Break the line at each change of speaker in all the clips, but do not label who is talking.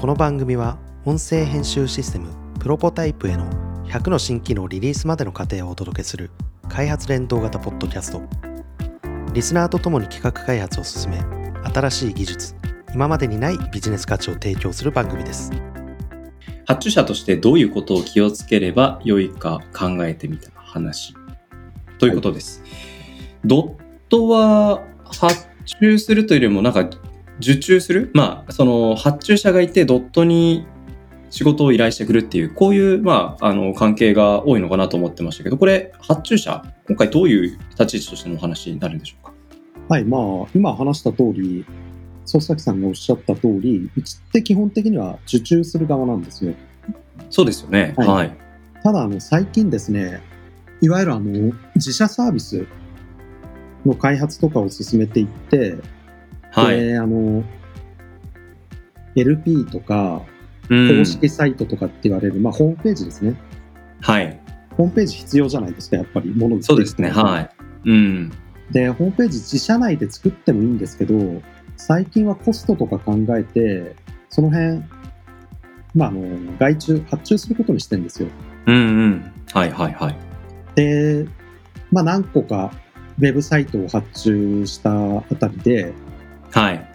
この番組は音声編集システムプロポタイプへの100の新機能リリースまでの過程をお届けする開発連動型ポッドキャストリスナーとともに企画開発を進め新しい技術今までにないビジネス価値を提供する番組です
発注者としてどういうことを気をつければよいか考えてみた話ということです。ドットは発注するというよりもなんか受注するまあその発注者がいてドットに仕事を依頼してくるっていうこういうまああの関係が多いのかなと思ってましたけどこれ発注者今回どういう立ち位置としてのお話になるんでしょうか
はい、まあ、今話した通り、捜査さんがおっしゃった通り、うちって基本的には受注する側なんですよ。
そうですよね。は。
はいいただ、あの、最近ですね、いわゆるあの、自社サービスの開発とかを進めていって、
はい。
で、あの、LP とか、
うん
公。式サイトとかって言われる、まあ、ホームページですね。
はい。
ホームページ必要じゃないですか、やっぱり、もの
そうですね。はい。うん。
で、ホームページ自社内で作ってもいいんですけど、最近はコストとか考えて、その辺、まあ、あの、外注、発注することにしてるんですよ。
うんうん。はいはいはい。
で、まあ、何個かウェブサイトを発注したあたりで、
はい。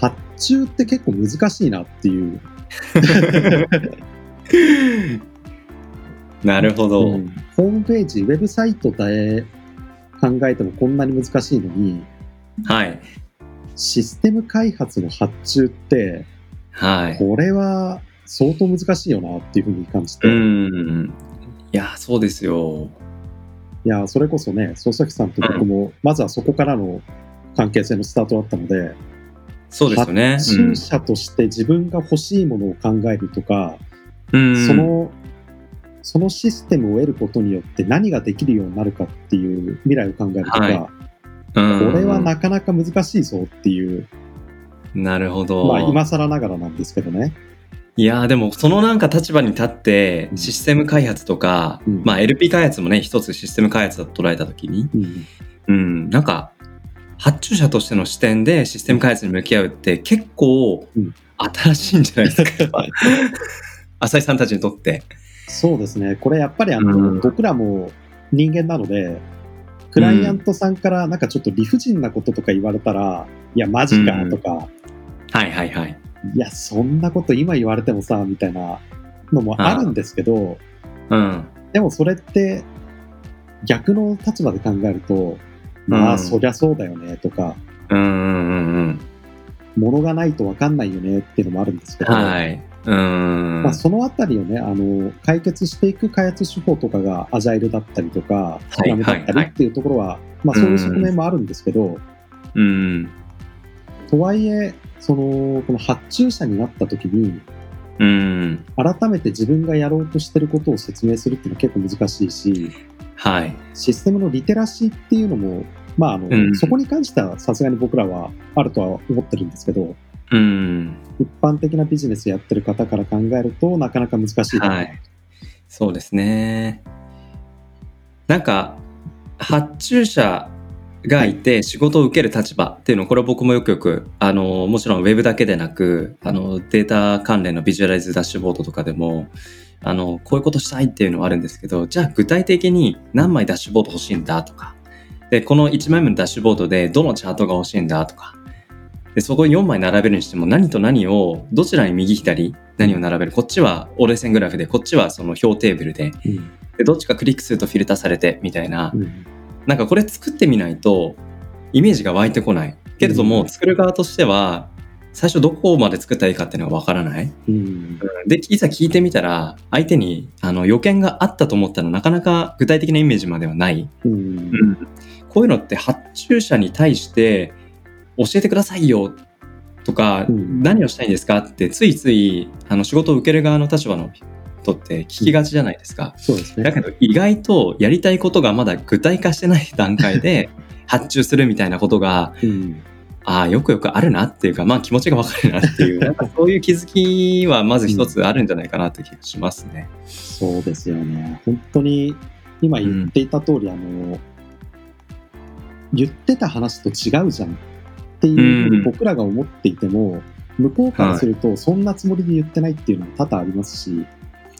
発注って結構難しいなっていう。
なるほど。
うんホームページ、ウェブサイトで考えてもこんなに難しいのに、
はい。
システム開発の発注って、
はい。
これは相当難しいよなっていうふうに感じて、
う
い
ん。いや、そうですよ。
やそれこそね捜査機さんと僕も、まずはそこからの関係性のスタートだったので
そうですよね。
発注者として自分が欲しいものを考えるとか、
うんうん
そのそのシステムを得ることによって何ができるようになるかっていう未来を考えるとか、
はいうん
これはなかなか難しいぞっていう、
なるほど。
まあ今更ながらなんですけどね
いやーでもそのなんか立場に立って
うん
システム開発とか、
うん
まあ LP 開発もね一つシステム開発だと捉えた時に、
うん
うん、なんか発注者としての視点でシステム開発に向き合うって結構
うん
新しいんじゃないですか、浅井さんたちにとって。
そうですね、これやっぱりあの、
うん
僕らも人間なので、クライアントさんからなんかちょっと理不尽なこととか言われたら、いや、マジか
うん
とか、
はいはいはい。
いや、そんなこと今言われてもさ、みたいなのもあるんですけど、
うん。
でもそれって逆の立場で考えると、ま
うん
あ、そりゃそうだよねとか、
うんうんうんうん。
物がないと分かんないよねっていうのもあるんですけど、
はい。うん。
まあ、そのあたりをねあの解決していく開発手法とかがアジャイルだったりとかス
は
ク
い
ラムだった
はい
り
はい
っていうところは、まあ、そういう側面もあるんですけど
うん。
とはいえそのこの発注者になった時に
うん。
改めて自分がやろうとしてることを説明するっていうのは結構難しいし
はい。
システムのリテラシーっていうのも、まああの
うん
そこに関してはさすがに僕らはあるとは思ってるんですけど
うん。
一般的なビジネスやってる方から考えるとなかなか難しいかな
はい。そうですね。なんか、発注者がいて仕事を受ける立場っていうのを、これは僕もよくよく、あの、もちろんウェブだけでなく、あの、データ関連のビジュアライズダッシュボードとかでも、あの、こういうことしたいっていうのはあるんですけど、じゃあ具体的に何枚ダッシュボード欲しいんだとか、で、この1枚目のダッシュボードでどのチャートが欲しいんだとか、で、そこに4枚並べるにしても何と何を、どちらに右左、何を並べる。こっちは折れ線グラフで、こっちはその表テーブルで、
うん
でどっちかクリックするとフィルターされてみたいな、
うん
なんかこれ作ってみないとイメージが湧いてこないけれども、
うん
作る側としては最初どこまで作ったらいいかっていうのがわからない
うん
でいざ聞いてみたら相手にあの予見があったと思ったらなかなか具体的なイメージまではない、
うん
こういうのって発注者に対して教えてくださいよとか、
うん
何をしたいんですかってついついあの仕事を受ける側の立場の人って聞きがちじゃないですか、
そうです
だ
ね。
けど意外とやりたいことがまだ具体化してない段階 で発注するみたいなことが
うん
ああよくよくあるなっていうかまあ気持ちがわかるなって いうなんかそういう気づきはまず一つあるんじゃないかなって気がしますね。
そうですよね。本当に今言っていた通り、あの言ってた話と違うじゃんっていうふう
うん
に僕らが思っていても、向こうからすると、そんなつもりで言ってないっていうのも多々ありますし、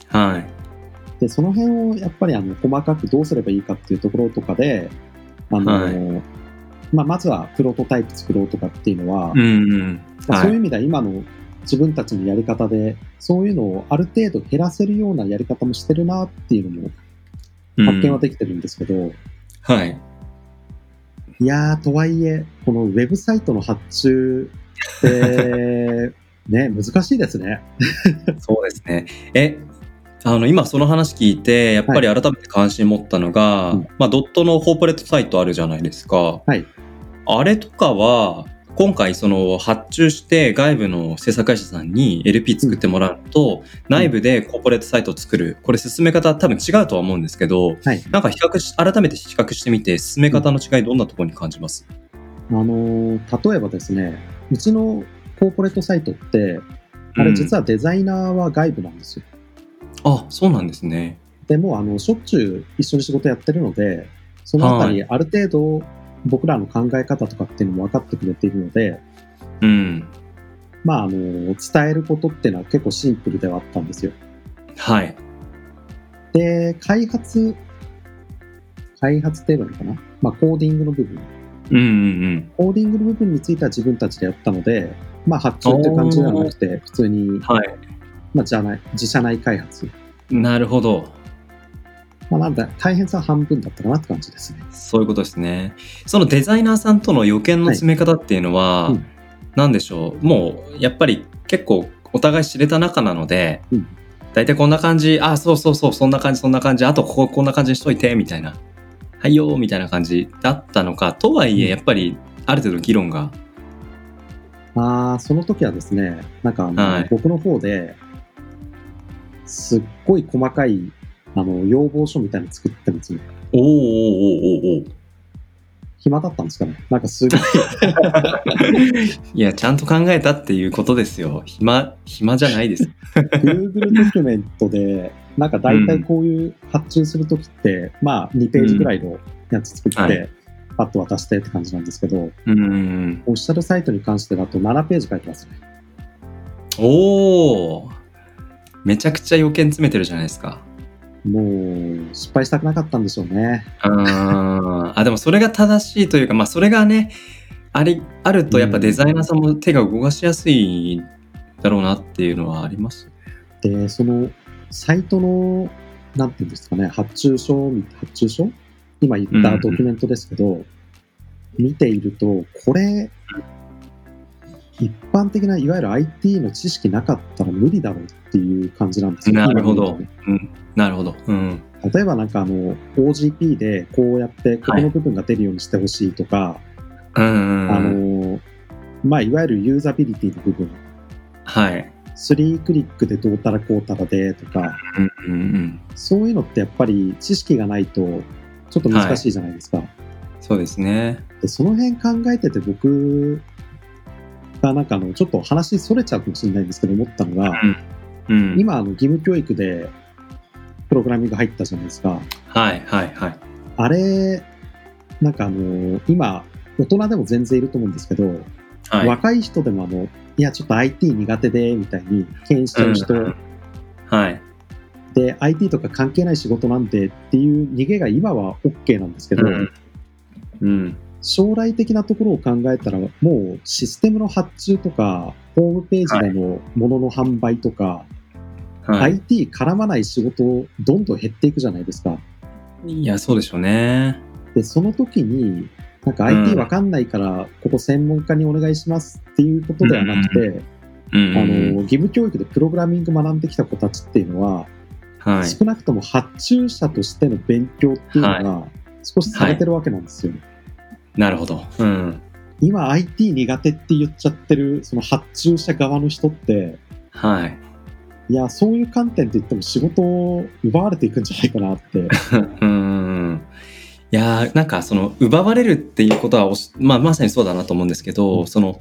はい。
で、その辺をやっぱりあの細かくどうすればいいかっていうところとかで、あの、
は
まあ、まずはプロトタイプ作ろうとかっていうのは、
うんうん。
まあそういう
は
意
い。
味では今の自分たちのやり方で、そういうのをある程度減らせるようなやり方もしてるなっていうのも発見はできてるんですけど、
うんはい。
いやー、とはいえ、このウェブサイトの発注って、ね、 難しいですね。
そうですね。え、あの、今その話聞いて、やっぱり改めて関心持ったのが、
うん
まあ、ドットのコーポレートサイトあるじゃないですか。
はい
あれとかは、今回その発注して外部の制作会社さんに LP 作ってもらうのと、内部でコーポレートサイトを作る。これ進め方多分違うとは思うんですけど、
はい
なんか比較し、改めて比較してみて、進め方の違いどんなところに感じます
あのー例えばですね、うちのコーポレートサイトって、あれ実
は、
はデザイナーは外部なんですよ。
あ、そうなんですね。
でも、あの、しょっちゅう一緒に仕事やってるので、そのあたり、ある程度、僕らの考え方とかっていうのも分かってくれているので、
うん。
まあ、あのー伝えることっていうのは結構シンプルではあったんですよ。
はい。
で、開発、開発って言えばいいのかなまあ、コーディングの部分。
うんうんうん。
コーディングの部分については自分たちでやったので、まあ、発注っていう感じではなくて、普通に、
はい。
まあ、じゃない、自社内開発。
なるほど。
まあ、なんだ、大変さは半分だったかなって感じですね。
そういうことですね。そのデザイナーさんとの予見の詰め方っていうのは、
はいうん
何でしょう、もうやっぱり結構お互い知れた仲なので、
うん
大体こんな感じ、あ、そうそうそう、そんな感じ、そんな感じ、あとこここんな感じにしといて、みたいな、はいよー、みたいな感じだったのか、とはいえ、
うん
やっぱりある程度議論が、
ああ、その時はですね、なんかあの、
はい
僕の方で、すっごい細かい、あの、要望書みたいなの作ってるんですよ。
おーおーおーおーおー
暇だったんですかねなんかすごい、
いや、ちゃんと考えたっていうことですよ。暇、暇じゃないです。
Google ドキュメントで、なんか大体こういう発注するときって、まあ2ページぐらいのやつ作って、
はい
パッと渡してって感じなんですけど、
うん。
オフィシャルサイトに関してだと7ページ書いてますね。
おおめちゃくちゃ予見詰めてるじゃないですか。
もう、失敗したくなかったんでしょうね。
あーあでもそれが正しいというか、まあ、それがねありあるとやっぱデザイナーさんも手が動かしやすいだろうなっていうのはあります。
で、その、サイトの、なんていうんですかね、発注書、発注書今言ったドキュメントですけど、見ていると、これ、一般的ないわゆる IT の知識なかったら無理だろうっていう感じなんですよ
なるほ
今見る
ど
とね。
うん、なるほど。うん。
例えばなんかあの OGP でこうやってここの部分が出るようにしてほしいとか、
うんうん
あ
うん。
のまあ、いわゆるユーザビリティの部分
はい。
3クリックでどうたらこうたらでとか
うんうんうん。
そういうのってやっぱり知識がないとちょっと難しいじゃないですか、
そうですね。
でその辺考えてて僕がなんかあのちょっと話それちゃうかもしれないんですけど思ったのが、
うん。
今あの義務教育でプログラミング入ったじゃないですか
はいはいはい。
あれなんかあの今大人でも全然いると思うんですけど、
はい。
若い人でもあの、いや、ちょっと IT 苦手で、みたいに、敬遠してる人、
うんはい。
で、IT とか関係ない仕事なんでっていう逃げが今は OK なんですけど、
うん。うん。
将来的なところを考えたら、もうシステムの発注とか、ホームページでのものの販売とか、
はい。
IT 絡まない仕事をどんどん減っていくじゃないですか。
いや、そうでしょうね。
で、その時に、なんか
う
IT
ん
わかんないから、ここ専門家にお願いしますっていうことではなくて、
う
あ
んうん
の
うん。、
義務教育でプログラミング学んできた子たちっていうのは、
はい。
少なくとも発注者としての勉強っていうのが少しされてるわけなんですよ、
なるほど。うん。
今 IT 苦手って言っちゃってるその発注者側の人って
はい。
いやそういう観点で言っても仕事を奪われていくんじゃないかなって
うんいやーなんかその奪われるっていうことはおし、まあ、まさにそうだなと思うんですけど、
うん
その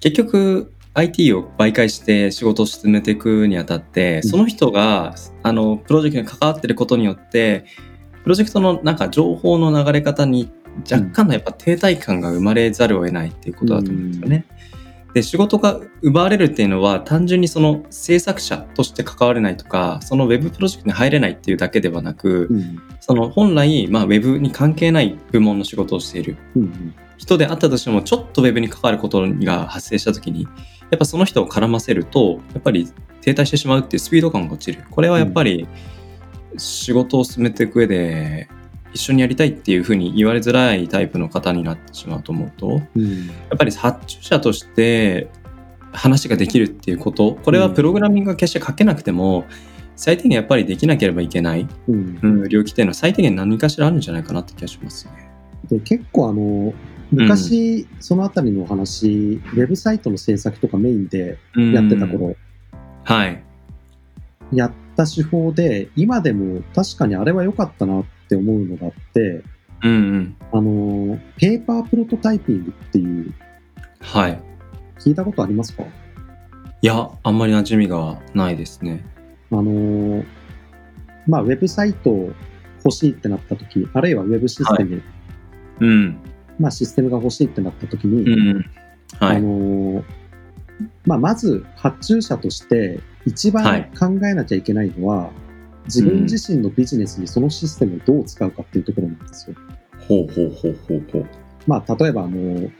結局 IT を媒介して仕事を進めていくにあたって
うん
その人があのプロジェクトに関わってることによってプロジェクトのなんか情報の流れ方に若干のやっぱ停滞感が生まれざるを得ないっていうことだと思うんですよね。で、仕事が奪われるっていうのは、単純にその制作者として関われないとか、そのウェブプロジェクトに入れないっていうだけではなく、
うん。
その本来、まあ、ウェブに関係ない部門の仕事をしている
うん。
人であったとしても、ちょっとウェブに関わることが発生したときに、やっぱその人を絡ませると、やっぱり停滞してしまうっていうスピード感が落ちる。これはやっぱり、仕事を進めていく上で、一緒にやりたいっていうふうに言われづらいタイプの方になってしまうと思うと、
うん。
やっぱり発注者として話ができるっていうことこれはプログラミングが決して書けなくても、最低限やっぱりできなければいけない、
うん
うん、領域っていうのは最低限何かしらあるんじゃないかなって気がしますね。
で結構あの昔、そのあたりのお話ウェブサイトの制作とかメインでやってた
うん。
頃、
はい。
やった手法で今でも確かにあれは良かったなって思うのがあって
うんうん。
あのペーパープロトタイピングっていう
はい。
聞いたことありますか
いや、あんまり馴染みがないですね。
あのまあウェブサイト欲しいってなった時あるいはウェブシステム、
うん。
まあシステムが欲しいってなった時に、
うんうん。は
あ
い。
のーまあ、まず発注者として一
は
番
い
考えなきゃいけないのは、自分自身のビジネスにそのシステムをどう使うかっていうところなんですよ。
ほうほうほうほうほう。
まあ、例えば、あのー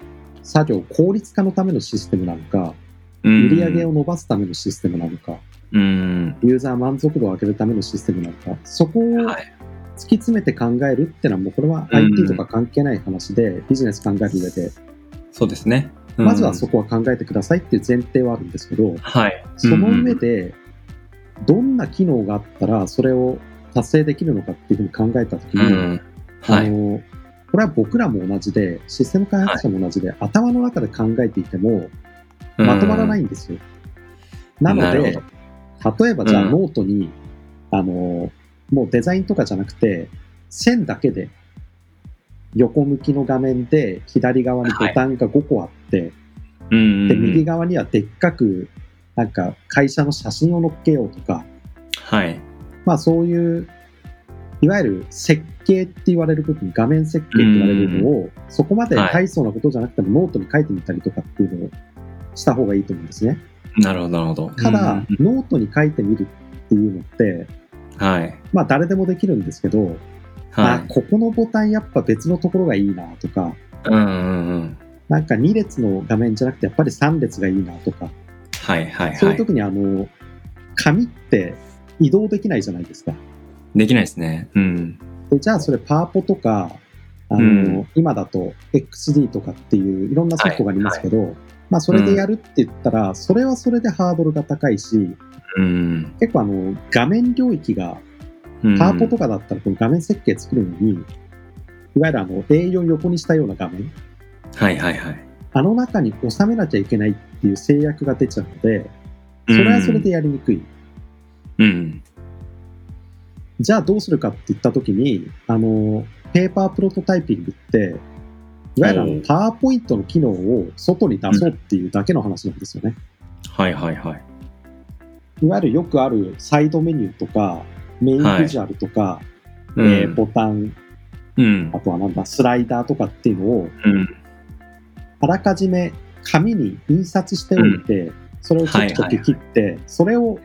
作業効率化のためのシステムなのか、
うん
売り上げを。伸ばすためのシステムなのか、
うん。
ユーザー満足度を上げるためのシステムなのか、そこを突
はい。
き詰めて考えるっていうのは、もうこれは
うん
IT とか関係ない話で、ビジネス考える上で、
そうですね。うん
まずはそこは考えてくださいっていう前提はあるんですけど、
はい。
その上で、どんな機能があったら、それを達成できるのかっていうふうに考えたとき
う
に、
ん。は
あ
い。。
の、これは僕らも同じで、システム開発者も同じで、頭の中で考えていても、まとまらないいんですよ。なの
な
で、
る
例えばじゃあ
うん
ノートに、あの、もうデザインとかじゃなくて、線だけで、横向きの画面で左側にボタンが5個あって、
うん。
で、右側にはでっかく、なんか会社の写真を載っけようとか、
はい。
まあそういう、いわゆる設計って言われる部分、画面設計って言われる部分を、そこまで大層なことじゃなくてもノートに書いてみたりとかっていうのをした方がいいと思うんですね。
なるほど、なるほど。
た
う
だ
ん、
ノートに書いてみるっていうのって、
はい。
まあ誰でもできるんですけど、
は
あ
い。
ここのボタンやっぱ別のところがいいなとか、
うんうんうん。
なんか2列の画面じゃなくてやっぱり3列がいいなとか、
はいはい
そう
は
いう
い。
時にあの、紙って移動できないじゃないですか。
できないですね。うん。
でじゃあそれパワポとか、あの、
うん
今だと XD とかっていういろんなソフトがありますけど、まあそれでやるって言ったら、それはそれでハードルが高いし、
うん。
結構あの、画面領域が、
うん
パワポとかだったらこの画面設計作るのに、いわゆるあの、A4 横にしたような画面、
はいはいはい。
あの中に収めなきゃいけないっていう制約が出ちゃうので、それはそれでやりにくい。
うん。
じゃあどうするかって言ったときに、あの、ペーパープロトタイピングって、いわゆるあ
お
の
う
パワーポイントの機能を外に出そうっていうだけの話なんですよね。
はいはいはい。
いわゆるよくあるサイドメニューとか、メインビジュアルとか、
うん
えーボタン、
うん
あ。とはなんだ、スライダーとかっていうのを、
うん。
あらかじめ紙に印刷しておいて、それをちょきちょき切って、それを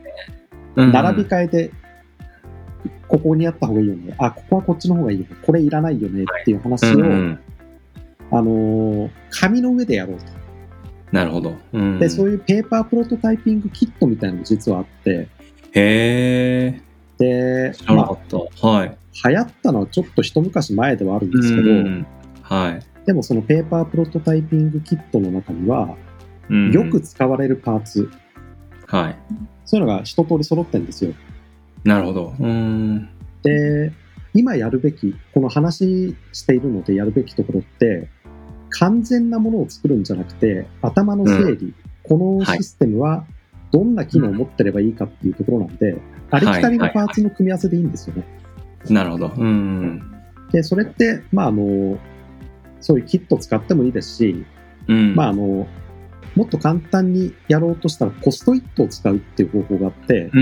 うん
並び替えで、ここにあった方がいいよね。あ、ここはこっちの方がいいよね。これいらないよねっていう話を、
うんうん。
あのー紙の上でやろうと。
なるほど。うん。
で、そういうペーパープロトタイピングキットみたいなのが実はあって、
へえ。
で、
知らなか
ま
った。はい。
あ、流行ったのはちょっと一昔前ではあるんですけど、
うんはい。
でもそのペーパープロトタイピングキットの中には、
うん
よく。使われるパーツ、
はい。
そういうのが一通り揃ってるんですよ。
なるほど。うん。
で、今やるべき、この話しているのでやるべきところって、完全なものを作るんじゃなくて、頭の整理、このシステムはどんな機能を持ってればいいかっていうところなんで、ありきたりのパーツの組み合わせでいいんですよね。
なるほど。うん。
で、それって、まあ、あの、そういうキット使ってもいいですし、
うん。
まあ、あの、もっと簡単にやろうとしたら、ポストイットを使うっていう方法があって、
うんう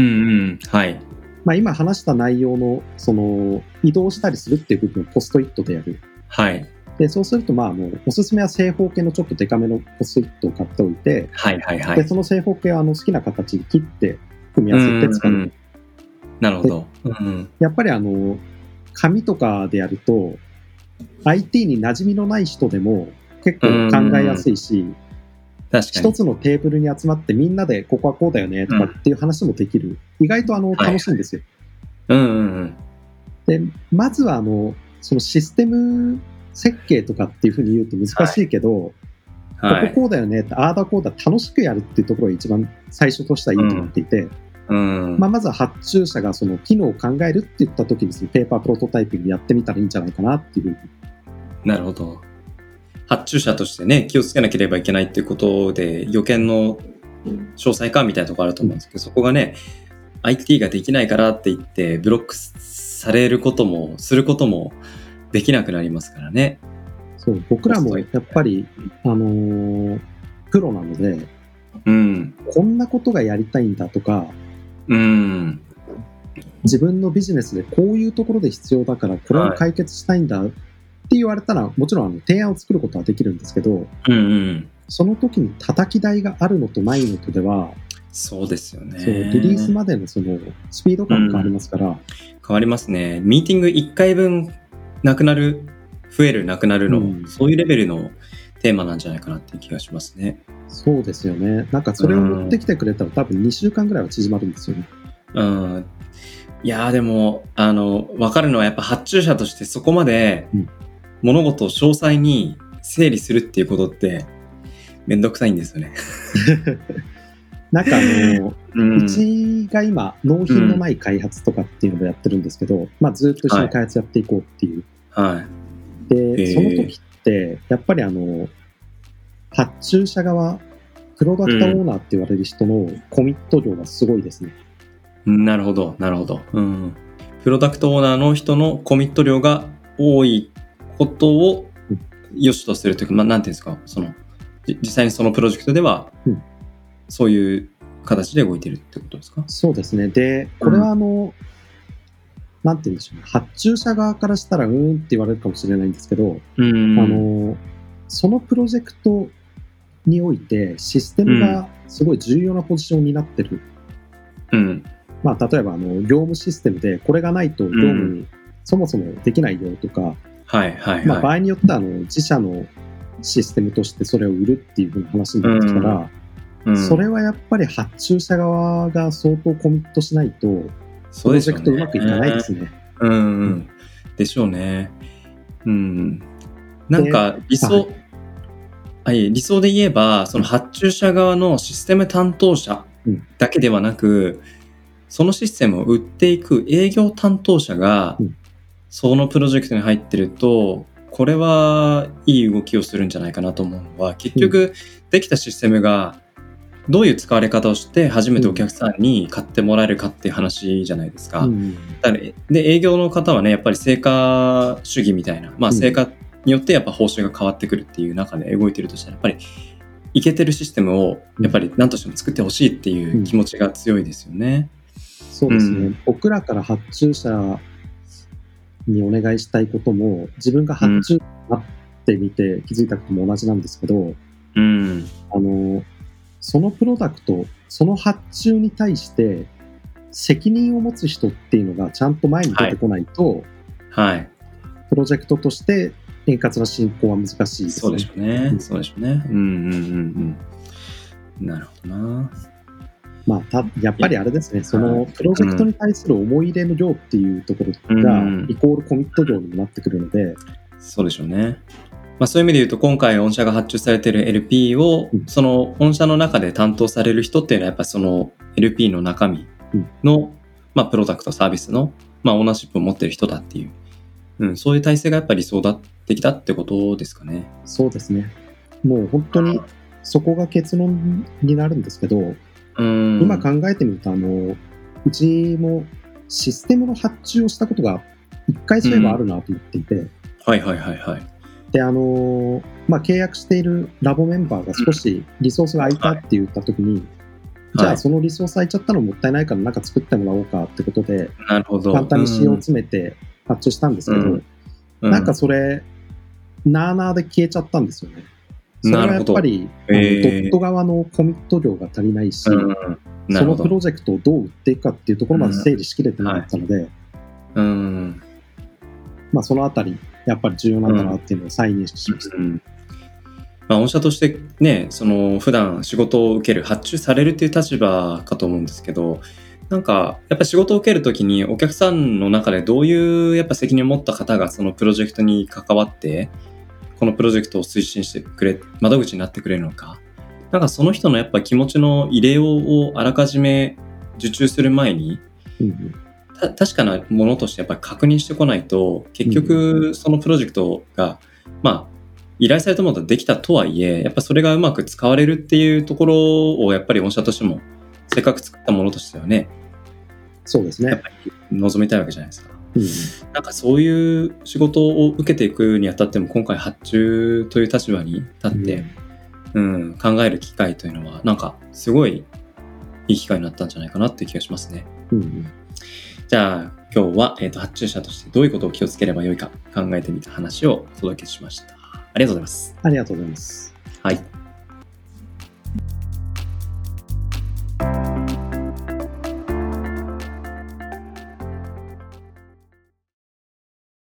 ん。はい。
まあ、今話した内容の、その、移動したりするっていう部分をポストイットでやる。
はい。
で、そうすると、まあ、もう、おすすめは正方形のちょっとデカめのポスイットを買っておいて、
はいはいは
で、
い。
その正方形は、あの、好きな形に切って、組み合わせて使う。
うんうんなるほど。うん
やっぱり、あの、紙とかでやると、IT に馴染みのない人でも、結構考えやすいし、
確か
一
に。
つのテーブルに集まってみんなでここはこうだよねとかっていう話もできる。意外とあの
はい
楽しいんですよ。
うんうんうん。
で、まずはあの、そのシステム設計とかっていうふうに言うと難しいけど、
は
こ
い。
ここうだよねって、ああだこうだ楽しくやるっていうところが一番最初としてはいいと思っていて、
うん。
まあ、まずは発注者がその機能を考えるって言った時にそのペーパープロトタイピングやってみたらいいんじゃないかなっていうふうに。
なるほど。発注者としてね、気をつけなければいけないっていうことで、予見の詳細化みたいなところあると思うんですけど、そこがね、IT ができないからって言って、ブロックされることも、することもできなくなりますからね。
そう、僕らもやっぱり、あのープロなので、
うん。
こんなことがやりたいんだとか、
うん。
自分のビジネスでこういうところで必要だからこれを解決したいんだって言われたらもちろんあの提案を作ることはできるんですけど
うんうん。
その時に叩き台があるのとないのとでは
そうですよね。
そうリリースまでのそのスピード感がありますから
変わりますね。ミーティング1回分なくなる、増える、なくなるの、
うん
そういうレベルのテーマなんじゃないかなっていう気がしますね。
そうですよねなんかそれを持ってきてくれたら多分2週間ぐらいは縮まるんですよね
うん。いやーでも、あの、わかるのはやっぱ発注者としてそこまで
うん
物事を詳細に整理するっていうことってめんどくさいんですよね。
なんかあの、
うん
うちが今納品のない開発とかっていうのをやってるんですけど、まあずっと一緒に開発やっていこうっていう
はい。え
で、
ー
その時って、やっぱりあの、発注者側、プロダクトオーナーって言われる人のコミット量がすごいですね。
なるほど、なるほど。うん。プロダクトオーナーの人のコミット量が多いことを
うん
良しとするというか、まあ、なんていうんですか、その、じ実際にそのプロジェクトでは
うん、
そういう形で動いてるってことですか
そうですね。で、これはあの、なんて言うんでしょうね。発注者側からしたら、うーんって言われるかもしれないんですけど、
うん
あ、の、そのプロジェクトにおいて、システムがすごい重要なポジションになってる。
うん。
まあ、例えば、あの、業務システムで、これがないと業務にそもそもできないよとか、
はい、はい、
まあ、場
はい。
合によってはあの自社のシステムとしてそれを売るっていう風な話になってきたら、
うん
それはやっぱり発注者側が相当コミットしないと、プ
そう
ロ
です
ジェク
よね
トうまくいかないですね。
うんうん。でしょうね。うん。なんか理
は
想
い、
あいえ理想で言えば、その発注者側のシステム担当者
うん
だけではなく、そのシステムを売っていく営業担当者が
うん、
そのプロジェクトに入ってると、これはいい動きをするんじゃないかなと思うのは、結局できたシステムがどういう使われ方をして初めてお客さんに買ってもらえるかっていう話じゃないですか。
うん
だからで営業の方はねやっぱり成果主義みたいな、まあ、
うん
成果によってやっぱ報酬が変わってくるっていう中で動いてるとしたらやっぱりいけてるシステムを
うん
やっぱり何としても作ってほしいっていう気持ちが強いですよね。
そうですね、
う
僕らから発注者にお願いしたいことも、自分が発注になってみて気づいたことも同じなんですけど、
うん、
あの、そのプロダクト、その発注に対して、責任を持つ人っていうのがちゃんと前に出てこないと、
はい
プロジェクトとして円滑な進行は難しいです、ね。
そうでしょうね、
うん
そうでしょうね。うんうんうんうん。なるほどな。
まあ、たやっぱりあれですね、そのプロジェクトに対する思い入れの量っていうところが、
うん
イコールコミット量にもなってくるので、
そうでしょうね。まあ、そういう意味で言うと今回御社が発注されている LP を
うん
その御社の中で担当される人っていうのはやっぱりその LP の中身の、まあ、プロダクトサービスの、まあ、オーナーシップを持ってる人だっていう、うん、そういう体制がやっぱり理想だってきたってことですかね。
そうですね。もう本当にそこが結論になるんですけど、
うん
今考えてみると、あの、うちもシステムの発注をしたことが1回すればあるなと思っていて、
はいはいはいはい。
で、あの、まあ、契約しているラボメンバーが少しリソースが空いたって言ったときに、じゃ
は
あ
い
そのリソース空いちゃったのもったいないからなんか作ってもらおうかってことで
なるほど。
簡単に仕様を詰めて発注したんですけど、
うん
なんかそれなあなあで消えちゃったんですよね。それはやっぱり、あ
な
の
るほどえー
ドット側のコミット量が足りないし、
うんな
そ
るほ
のプ
ど。
ロジェクトをどう売っていくかっていうところまで整理しきれてなかったので、
うん。
まあ、そのあたり、やっぱり重要なんだなっていうのを再認識しました。
うんまあ、御社としてね、その普段仕事を受ける、発注されるっていう立場かと思うんですけど、なんか、やっぱ仕事を受けるときにお客さんの中でどういうやっぱ責任を持った方がそのプロジェクトに関わって、このプロジェクトを推進してくれ、窓口になってくれるのか、なんかその人のやっぱ気持ちの入れようをあらかじめ受注する前に、
うんうん
た確かなものとしてやっぱり確認してこないと結局そのプロジェクトが、まあ依頼されたものができたとはいえやっぱそれがうまく使われるっていうところをやっぱり御社としてもせっかく作ったものとしてはね
そうですね。
望みたいわけじゃないですか
うんうん
なんかそういう仕事を受けていくにあたっても今回発注という立場に立って、うん考える機会というのはなんかすごいいい機会になったんじゃないかなっていう気がしますね
うんうん
じゃあ今日は、えー、と発注者としてどういうことを気をつければよいか考えてみた話をお届けしました。ありがとうございます。
ありがとうございます。
はい。